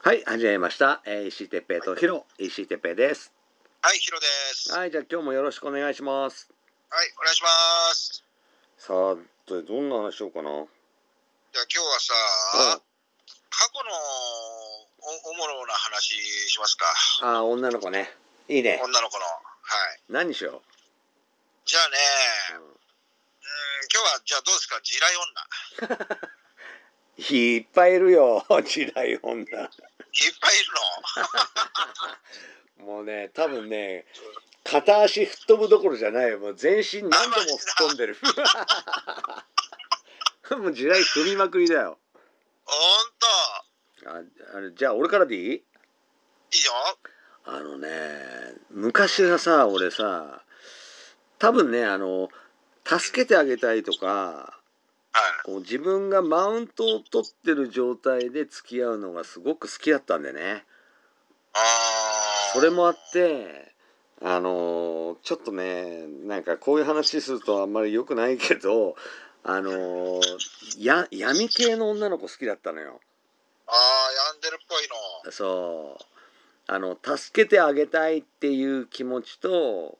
はい始めました、えー、石井哲平とヒロ石井哲平ですはい、ヒロです。はい、はいじゃあ今日もよろしくお願いしますお願いします。さあでどんな話しようかなじゃあ今日はさ、あ過去のおおもろな話しますか。あー女の子ねいいね女の子の。はい。何しよじゃあう、ね、うん、今日はじゃあどうですか、地雷女。うんいっぱいいるよ時代女いっぱいいるもうね多分ね片足吹っ飛ぶどころじゃないよもう全身何度も吹っ飛んで るもう時代踏みまくりだよの。ほんと。ああのじゃあ俺からでいいいいよ。あのね昔はさ俺さ多分ねあの助けてあげたいとかはい。こう自分がマウントを取ってる状態で付き合うのがすごく好きだったんでねあーそれもあってあのちょっとねなんかこういう話するとあんまり良くないけどあのや闇系の女の子好きだったのよ。あー、病んでるっぽいの。そうあの助けてあげたいっていう気持ちと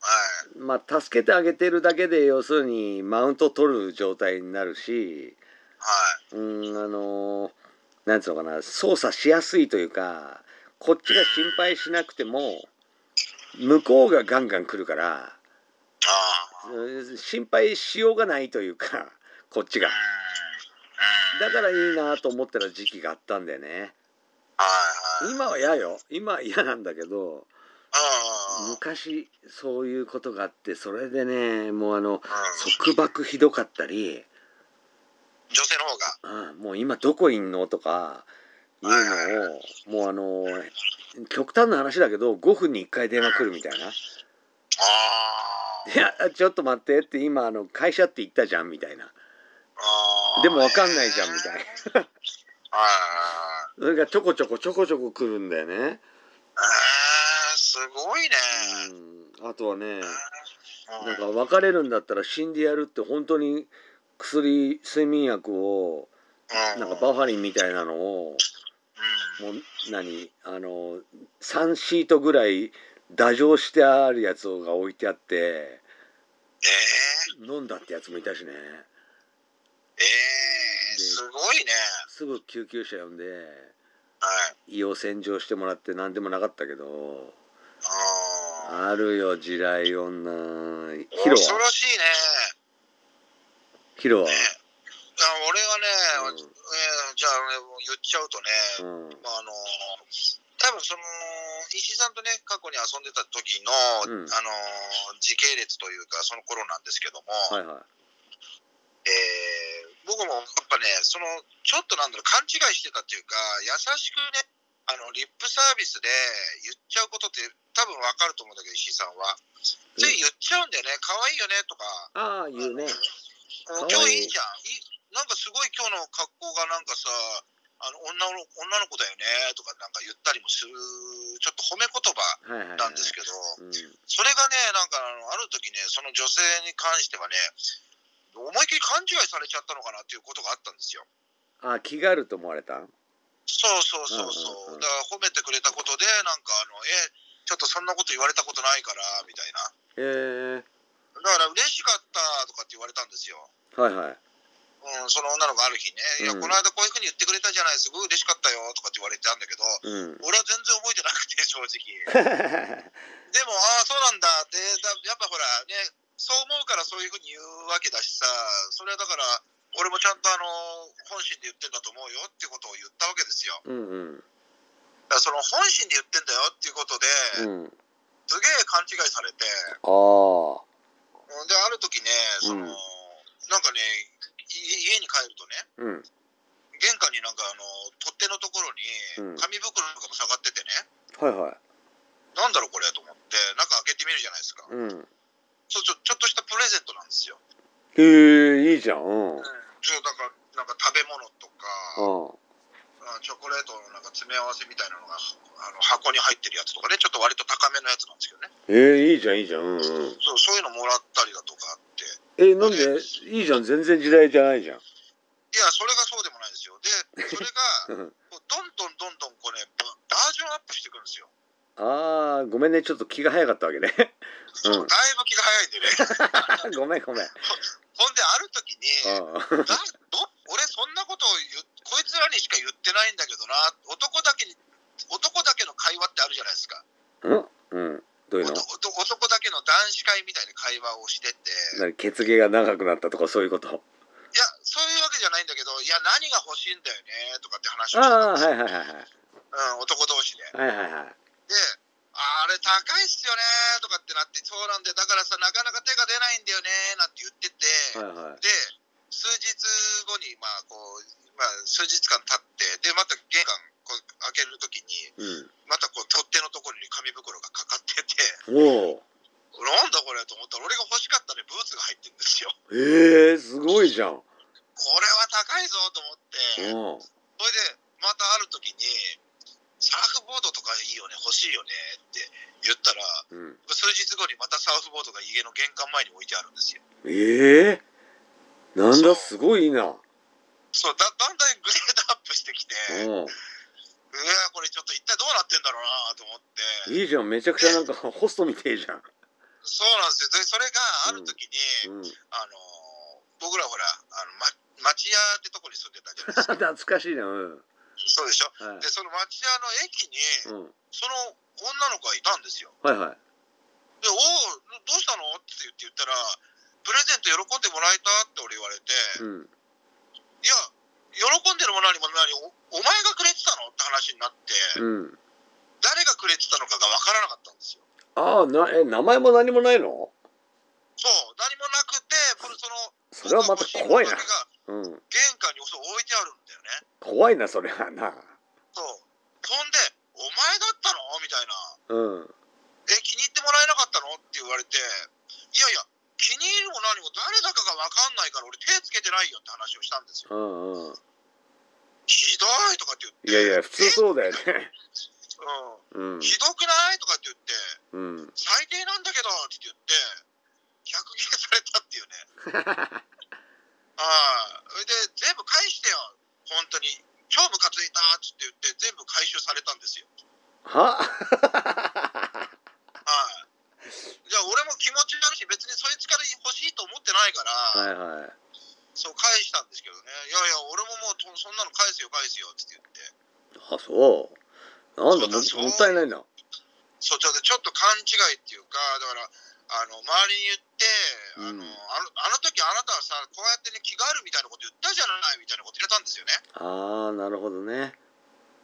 はい。まあ、助けてあげてるだけで要するにマウント取る状態になるしはうい。ーんあのーなんつうのかな操作しやすいというかこっちが心配しなくても向こうがガンガン来るからあー。うん心配しようがないというかこっちがうん。だうん。からいいなと思ってた時期があったんだよねはいはい。今は嫌よ今は嫌なんだけどうんうんうん。うん。昔そういうことがあってそれでねもうあの束縛ひどかったり女性の方が。うんもう今どこいんのとかいうのをもうあの極端な話だけど5分に1回電話来るみたいな「あーいやちょっと待って」って今あの会社って言ったじゃんみたいなあーでもわかんないじゃんみたいな。はいそれがちょこちょこちょこちょこ来るんだよね。はいはいえー、すごいね。うん、あとはねうん、なんうかん、別れるんだったら死んでやるって本当に薬睡眠薬をなんかバファリンみたいなのをうんもう何あの3シートぐらい打錠してあるやつが置いてあってえ飲んだってやつもいたしねー、えー、すごいね。すぐ救急車呼んではい。胃を洗浄してもらって何でもなかったけどああるよ地雷女ーヒロ恐はろしいね。ヒロはねあ俺はうんね、えーじゃあ、ね、もう言っちゃうとうんね、まあ、あのー多分その石井さんとね過去に遊んでた時うんの、あのー時系列というかその頃なんですけども、はいはえー僕もやっぱねそのちょっとなんだろう勘違いしてたっていうか優しくねあのリップサービスで言っちゃうことって多分わかると思うんだけど石井さんうは。んつい言っちゃうんだよね可愛いよねとかああ言うねうん可今愛い日いいじゃんいいなんかすごい今日の格好がなんかさあの女の女の子だよねとかなんか言ったりもするちょっと褒め言葉はいはいはいなんですけど。うんそれがね、なんかあのある時ね、その女性に関してはね、思いっきり勘違いされちゃったのかなっていうことがあったんですよ。ああ気があると思われたそうそうそうそうんうんうう。んだから褒めてくれたことで、なんかあの、え、ちょっとそんなこと言われたことないから、みたいへな。えだから嬉しかったとかって言われたんですよ。はいはいうん、その女の子ある日ね、いや、うんこの間こういうふうに言ってくれたじゃない、すごい嬉しかったよとかって言われてたんだけど、うん 俺は全然覚えてなくて、正直。はでも、ああ、そうなんだって、だやっぱほら、ね、そう思うからそういうふうに言うわけだしさ、それはだから、俺もちゃんとあの本心で言ってんだと思うよってことを言ったわけですよ。うんうんだからその本心で言ってんだよっていうことうで、んすげえ勘違いされて、ああで、ある時ね、その、うんなんかね、い家に帰るとね、うん玄関になんかあの取っ手のところうんに紙袋とかも下がっててね、はいはいなんだろうこれと思って、中開けてみるじゃないですか。うんそうちょちょっとしたプレゼントなんですよ。へえいいじゃんうんうんそうだからなんか食べ物とか、あチョコレートのなんか詰め合わせみたいなのがあの箱に入ってるやつとかねちょっと割と高めのやつなんですけどね、ええいいじゃんいいじゃんうんうんそうそういうのもらったりだとかあってえなんでいいじゃん全然時代じゃないじゃんいやそれがそうでもないですよでそれうんが こうどんどんどんどんこれアップしてくるんですよ。ああごめんねちょっと気が早かったわけね そうだいぶ気が早いん でね。ごめんごめんほんで、ある時に、うんなど俺そんなことを言うこいつらにしか言ってないんだけどな男だけに男だけの会話ってあるじゃないですかうんうんどういう男の男だけの男子会みたいな会話をしててい何血毛が長くなったとかそういうことやそういうわけじゃないんだけどいや何が欲しいんだよねとかって話あをしてあたんはいはいはいうん、男同士ではいはいはいはいであれ高いっすよねとかってなってそうなんでだからさなかなか手が出ないんだよねなんて言ってて、はいはいで数日後にまあこう、まあ、数日間経ってでまた玄関こう開ける時にうんまたこう取っ手のところに紙袋がかかってておおなんだこれと思ったら俺が欲しかったねブーツが入ってるんですよええすごいじゃんうんこれは高いぞと思ってそれでまたある時にサーフボードとかいいよね欲しいよねって言ったらうん数日後にまたサーフボードが家の玄関前に置いてあるんですよええなんだすごいなそうだだんだんグレードアップしてきてうわうんこれちょっと一体どうなってんだろうなと思っていいじゃんめちゃくちゃなんかホストみてえじゃんそうなんですよ。でそれがある時に、うんあのー僕らほらあの、ま、町屋ってとこに住んでたじ ゃないです 懐か。かしいなうんそうでしょ。はいでその町屋の駅にうんその女の子がいたんですよ。はいはいで「おおどうしたの?」って言って言ったら「プレゼント喜んでもらえた?」って俺言われて「うんいや喜んでるも何も何おお前がくれてたの?」って話になってうん誰がくれてたのかが分からなかったんですよ。ああなえ名前も何もないのそう何もなくてこれそのそれはまた怖いな僕が欲しものだけがうん玄関にそう置いてあるんだよね。怖いなそれはなそう。ほんで、お前だったのみたいな。うんえ、気に入ってもらえなかったのって言われて、いやいや、気に入るも何も誰だかが分かんないから俺手つけてないよって話をしたんですよ。うんうんひどいとかってい言やって。いや普通そうだよねううんん。ひどくないとかって言って、うん最低なんだけどって言って、逆切れされたっていうね。 ああ。それで、全部返してよ。本当に。超ムカついたって言って、全部回収されたんですよ。ははい。じゃあ俺も気持ち悪いし別にそいつから欲しいと思ってないから、はいはいそう返したんですけどねいやいや俺ももうとそんなの返すよ返すよって言ってあそうなんだもそもうったいないなそうちょっとちょっと勘違いっていうかだからあのうん周りに言って、あのあのあの時あなたはさこうやってね気があるみたいなこと言ったじゃないみたいなこと言ってたんですよねああなるほどね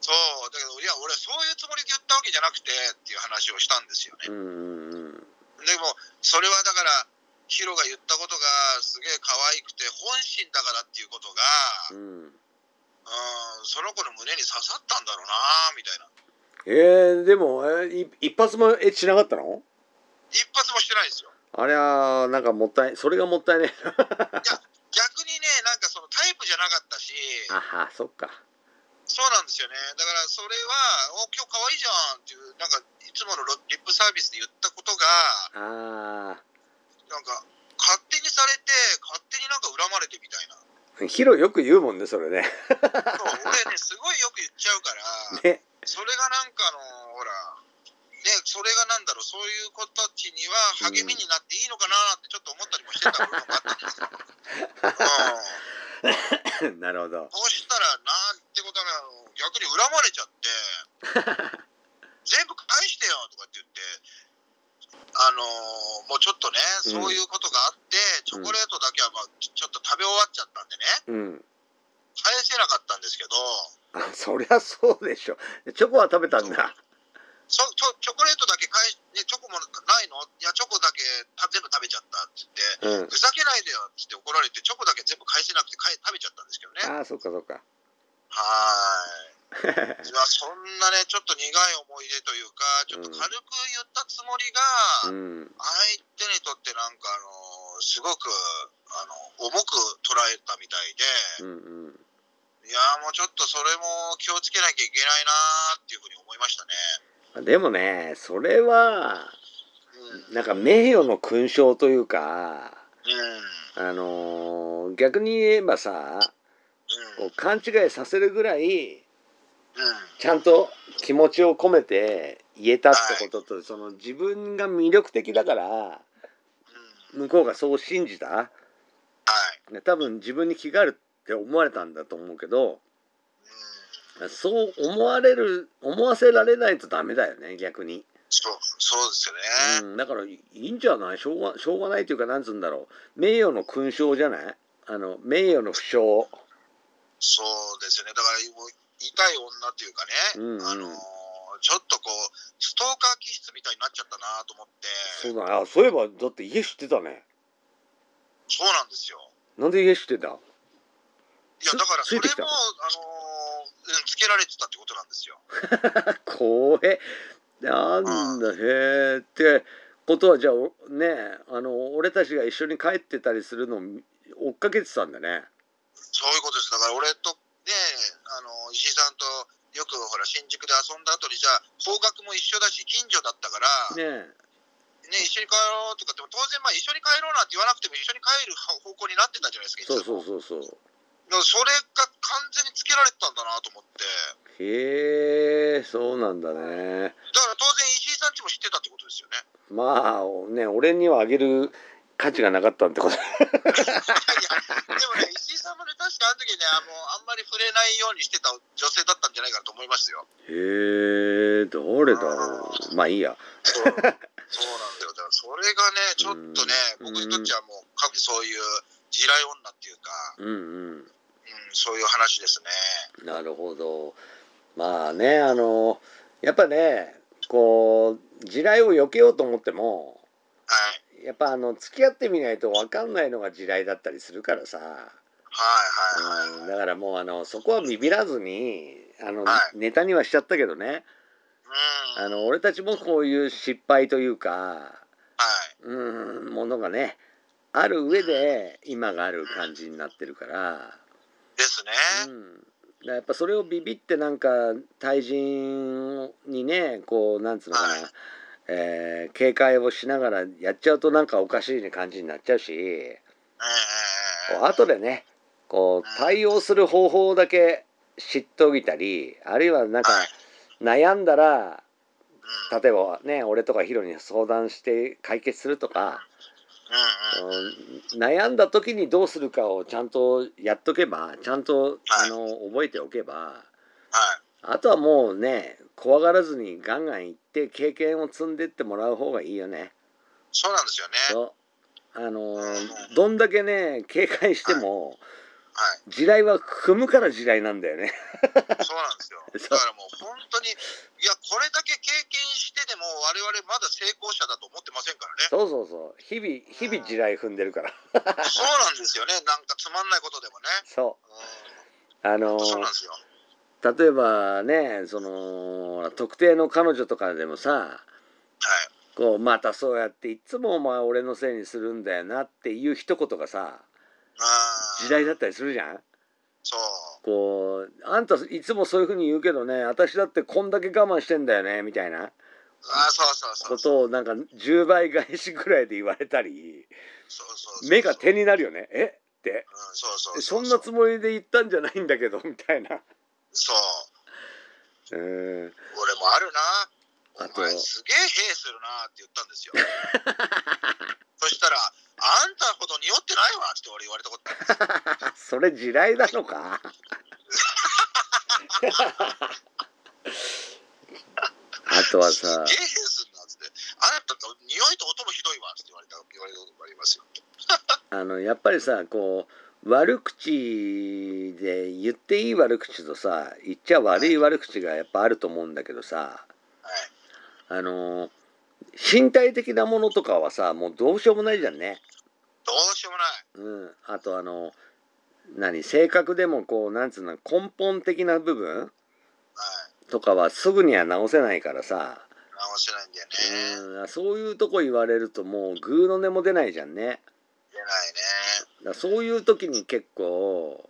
そうだけどいや俺そういうつもりで言ったわけじゃなくてっていう話をしたんですよねうんうんうんでもそれはだからヒロが言ったことがすげえ可愛くて本心だからっていうことが、うんうんその子の胸に刺さったんだろうなみたいなえー、でも、えーい一発もえしなかったの一発もしてないですよあれはなんかもったいそれがもったいね逆にねなんかそのタイプじゃなかったしあはそっかそうなんですよねだからそれは「お今日可愛いじゃん」っていうなんかいつものロリップサービスで言ったことがあなんか勝手にされて勝手になんか恨まれてみたいなーヒロよく言うもんねそれねそう俺ねすごいよく言っちゃうからねそれがなんかあのほらね、それがなんだろうそういう子たちには励みになっていいのかなってちょっと思ったりもしてた部分もあったんですよ、うん なるほどそうしたらなんてことなの逆に恨まれちゃ って「全部返してよ」とかって言ってあのーもうちょっとねうんそういうことがあって、チョコレートだけは、まあ、ちょっと食べ終わっちゃったんでねうん返せなかったんですけどあそりゃそうでしょチョコは食べたんだそちょチョコレートだけ返し、ね、チョコもないのいやチョコだけた全部食べちゃったって言って。うんふざけないでよって言って怒られてチョコだけ全部返せなくて返食べちゃったんですけどね。あーはそっかそっかーい。 いやそんなねちょっと苦い思い出というかちょっと軽く言ったつもりうが、ん相手にとってなんかあのすごくあの重く捉えたみたいで、うんうんいやもうちょっとそれも気をつけなきゃいけないなっていうふうに思いましたでもねそれはね。うんなんか名誉の勲章というかうんあのー逆に言えばさうんこう勘違いさせるぐらいうんちゃんと気持ちを込めて言えたってことと、その自分が魅力的だからうん向こうがそう信じたはいね多分自分に気があるって思われたんだと思うけどうんそう思われる思わせられないとダメだよね逆に、そうそうですよね、うん、だからいいんじゃないしょうがしょうがないというかなんつうんだろう名誉の勲章じゃないあの名誉の負傷そうですよねだからもう痛い女っていうかうんね、うんあのーちょっとこうストーカー気質みたいになっちゃったなと思ってそうだねあそういえばだって家知ってたねそうなんですよなんで家知ってたいやつだからそれついてきたもあののーうんつけられてたってことなんですよ怖えなんだへえってことはじゃあおねえあの俺たちが一緒に帰ってたりするのを追っかけてたんだねそういうことですだから俺とねあのー石井さんとよくほら新宿で遊んだ後にじゃあ方角も一緒だし近所だったからねねえ一緒に帰ろうとかでも当然まあ一緒に帰ろうなんて言わなくても一緒に帰る方向になってたじゃないですかいつそうそもうそうそうだからそれが完全につけられてたんだなと思ってへえそうなんだねだから当然石井さんちも知ってたってことですよね。 まあね俺にはあげる価値がなかったってことでもね、石井さんもね、確かあの時ね、あのあんまり触れないようにしてた女性だったんじゃないかなと思いますよ。へえどれだろうまあいいやそうそうなんだよ。だからそれがね、ちょっとね、うん僕にとってはもう、過去そういう地雷女っていうか、うんうんうん、そういう話ですね。なるほどまあねあのやっぱねこう地雷を避けようと思ってもはい。やっぱあの付き合ってみないと分かんないのが地雷だったりするからさ、はいはいはい。うん、だからもうあのそこはビビらずにあの、はネタにはしちゃったけどねうん。あの俺たちもこういう失敗というかはい。うんものがねある上で今がある感じになってるから、ですね。うん、だからやっぱそれをビビってなんか対人にねこうなんつうのかな、はいえー警戒をしながらやっちゃうとなんかおかしい感じになっちゃうし。ええこう後でねこう対応する方法だけ知っておいたりあるいはなんかはい悩んだらうん例えばね俺とかヒロに相談して解決するとか、うんうん。うん悩んだ時にどうするかをちゃんとやっとけばちゃんとあの覚えておけばはい。あとはもうね怖がらずにガンガン行って経験を積んでってもらう方がいいよね。そうなんですよね。そうあのどんだけね警戒しても、はい。地雷は踏むから地雷なんだよね。そうなんですよ。 そうだからもう本当に、いや、これだけ経験してでも、我々まだ成功者だと思ってませんからね。そうそうそう日々日々地雷踏んでるからそうなんですよね。なんかつまんないことでもね。そうんあうのん、そうなんですよ。例えばねその特定の彼女とかでもさはい。こうまたそうやっていつもお前俺のせいにするんだよなっていう一言がさあ地ー雷だったりするじゃんそう。こうあんたいつもそういうふうに言うけどね私だってこんだけ我慢してんだよねみたいなあーそうそうそこうそう。とをなんか10倍返しぐらいで言われたりそうそうそう目が手になるよねえってうん、そうそうそんなつもりで言ったんじゃないんだけどみたいな。そう。うん俺もあるな。あとお前すげえ兵するなって言ったんです よ。そしたら、あんたほど匂ってないわって俺言われたことあるんですよ。それ地雷なのか。あとはすげえさ、変すんなっつって、あなたと匂いと音もひどいわっつって言われた言われたこともありますよ。あのやっぱりさ、こう悪口で言っていい悪口とさ、言っちゃ悪い悪口がやっぱあると思うんだけどさ、はい。あの身体的なものとかはさ、もうどうしようもないじゃんね。どうしようもない。うん、あとあの何性格でもこうなんつうの根本的な部分はい。とかはすぐには直せないからさ、直せないんだよね。うん、そういうとこ言われるともうグーの根も出ないじゃんね出ないね。だからそういう時に結構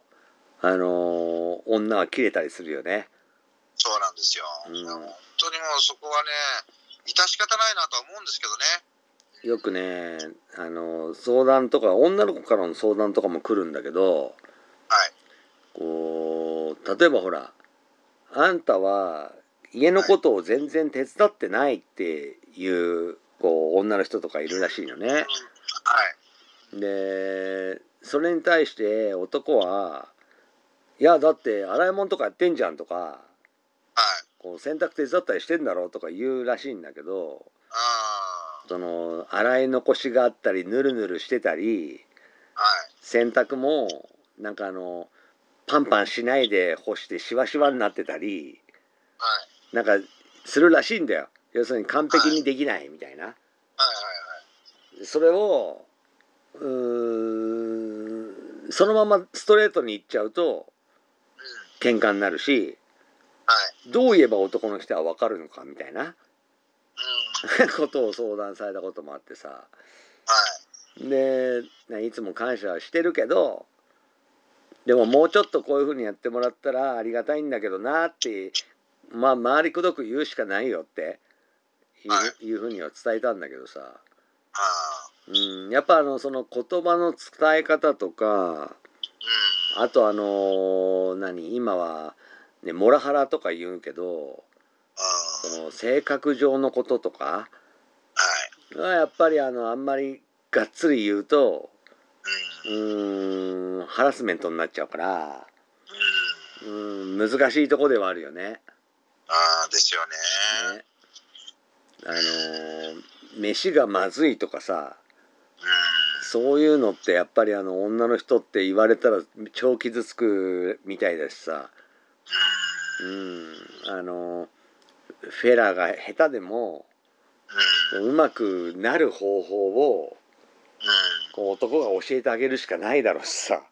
あのー女は切れたりするよねそうなんですよ。うん本当にもうそこはね、致し方ないなとは思うんですけどよね。くね、あのー相談とか女の子からの相談とかも来るんだけどはい。こう例えばほらあんたは家のことを全然手伝ってないっていうこう女の人とかいるらしいのね。はい。でそれに対して男は「いやだって洗い物とかやってんじゃん」とかはい。 「こう洗濯手伝ったりしてんだろ」とか言うらしいんだけどあその洗い残しがあったりぬるぬるしてたりあ。はい。洗濯もなんかあのパンパンしないで干してシワシワになってたりはい。なんかするらしいんだよ要するに完璧にできないみたいな。はい。それをうーんそのままストレートに行っちゃうと喧嘩になるしはい。はい。どう言えば男の人は分かるのかみたいな うん。ことを相談されたこともあってさはい。でないつも感謝はしてるけどでももうちょっとこういうふうにやってもらったらありがたいんだけどなってまあ周りくどく言うしかないよっていう,、、はいうふうには伝えたんだけどさ、ああ。うん、やっぱあのその言葉の伝え方とかうん。あとあのー何今はねモラハラとか言うけどああ。その性格上のこととかはい。はやっぱりあのあんまりがっつり言うとううん。ーんハラスメントになっちゃうからうん。うーん難しいとこではあるよね。ああ、ですよね。ねあのー飯がまずいとかさうん。はそういうのってやっぱりあの女の人って言われたら超傷つくみたいだしさうんあのフェラが下手でもうまくなる方法をこう男が教えてあげるしかないだろうしさ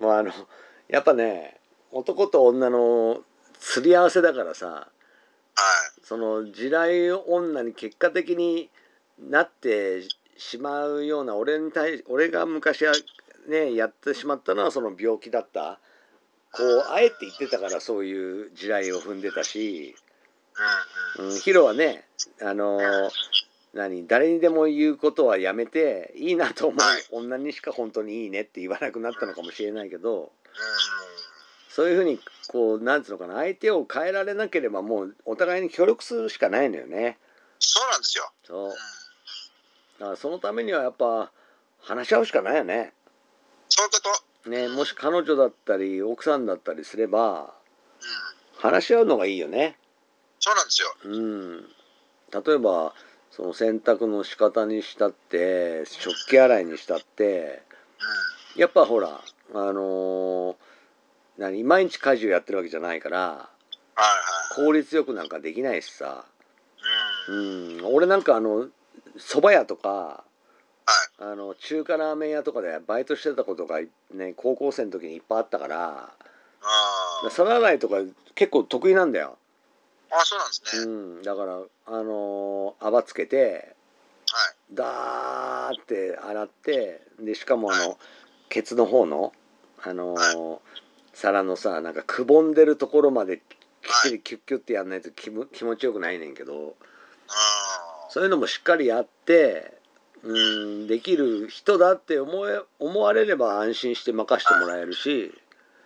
もうあのやっぱね男と女の釣り合わせだからさその地雷女に結果的になってしまうような俺に対し俺が昔はねやってしまったのはその病気だったこうあえて言ってたからそういう地雷を踏んでたし。うん、ヒロはね、あのー何誰にでも言うことはやめていいなと思う、はい女にしか本当にいいねって言わなくなったのかもしれないけどそういうふうにこうなんつうのかな相手を変えられなければもうお互いに協力するしかないのよね。そうなんですよ。そううんだからそのためにはやっぱ話し合うしかないよね。そういうこと。ねもし彼女だったり奥さんだったりすればうん。話し合うのがいいよね。そうなんですよ。うん、例えばその洗濯の仕方にしたって食器洗いにしたってうん。やっぱほらあのー何毎日家事をやってるわけじゃないからはい効率よくなんかできないしさ、はい。ううん。ん、俺なんかあの蕎麦屋とかはい。あの中華ラーメン屋とかでバイトしてたことがね高校生の時にいっぱいあったからああ。皿洗いとか結構得意なんだよ、あそうなんですね。うん、だからあのー泡つけてはい。ダーって洗ってでしかもあの、はケツの方の、あのーは皿のさなんかくぼんでるところまできっちりキュッキュッてやんないと気む気持ちよくないねんけどああ。そういうのもしっかりやってうんできる人だって思え思われれば安心して任してもらえるし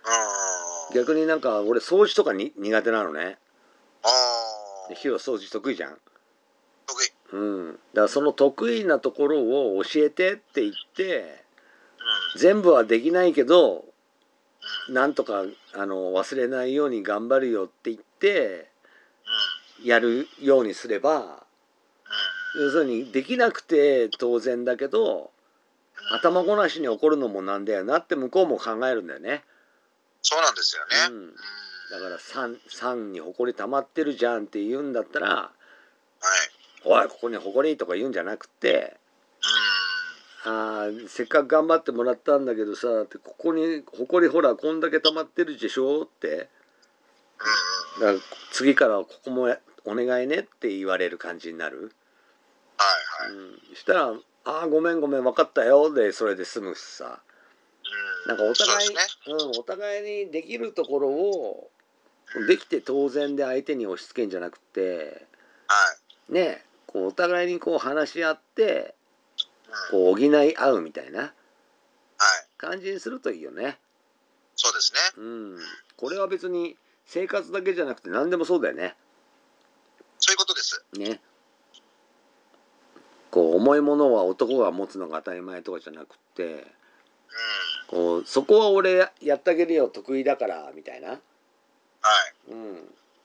あ逆になんか俺掃除とかに苦手なのねあ。ああ。火は掃除得意じゃん。得意。うん、だからその得意なところを教えてって言ってうん。全部はできないけどなんとかあの忘れないように頑張るよって言ってうん。やるようにすれば要するにできなくて当然だけどうん。うん。頭ごなしに怒るのもなんだよなって向こうも考えるんだよね。そうなんですよね。ううんん。だから3「3に埃溜まってるじゃん」って言うんだったらはい。 「おいここに埃」とか言うんじゃなくてあーせっかく頑張ってもらったんだけどさってここにほこりほらこんだけ溜まってるでしょってうん。うん。うん。だから次からはここもやお願いねって言われる感じになる、はいはい。うん、したら「ああごめんごめん分かったよ」でそれで済むしさうなんかお互いそうう、ですね。ん、お互いにできるところをできて当然で相手に押し付けんじゃなくてはい。ねこうお互いにこう話し合ってうこん。う補い合うみたいなはい。感じにするといいよね。そうですね。うん、これは別に生活だけじゃなくて何でもそうだよね。そういうことです。ね。こう重いものは男が持つのが当たり前とかじゃなくてうん。こうそこは俺やってあげるよ得意だからみたいな。はい。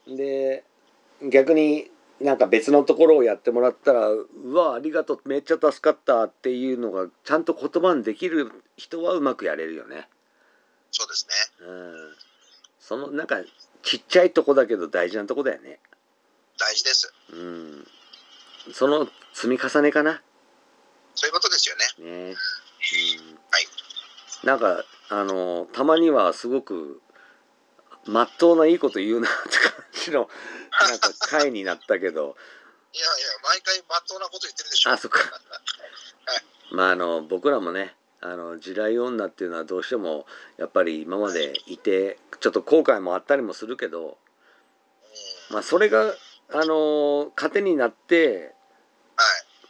うん、で逆になんか別のところをやってもらったら「うわありがとうめっちゃ助かった」っていうのがちゃんと言葉にできる人はうまくやれるよね。そうですね。うんそのなんかちっちゃいとこだけど大事なとこだよね。大事です。うん。その積み重ねかな。そういうことですよね。ね。うん。はい。なんかあのたまにはすごく真っ当ないいこと言うなって感じのなんか回になったけ ど、いやいや、毎回まっとうなこと言ってるでしょ。あそっか。まああの僕らもね。あの地雷女っていうのはどうしてもやっぱり今までいてちょっと後悔もあったりもするけど、うん。まあ、それが、あのー糧になっては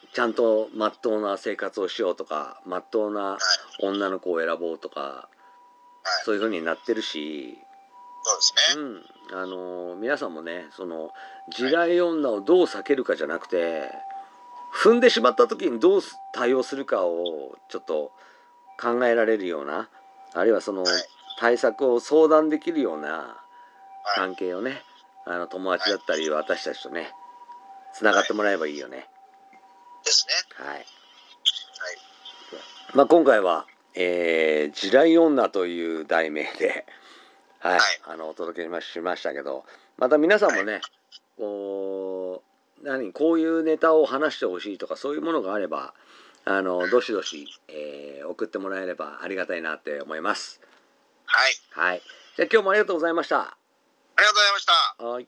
い。ちゃんとまっとうな生活をしようとかまっとうなはい。女の子を選ぼうとかはい。そういう風になってるし、そうですうね。んあのー皆さんもねその地雷女をどう避けるかじゃなくて踏んでしまった時にどう対応するかをちょっと考えられるようなあるいはそのはい。対策を相談できるようなはい。関係をねあの友達だったり私たちとねつながってもらえばいいよねですね。はい、まあ、今回は「えー地雷女」という題名で、 はいはいあのお届けしましたけどまた皆さんもね、こう何こういうネタを話してほしいとかそういうものがあればあのどしどし、えー送ってもらえればありがたいなって思います。はい。はい、じゃあ今日もありがとうございました。ありがとうございました。はい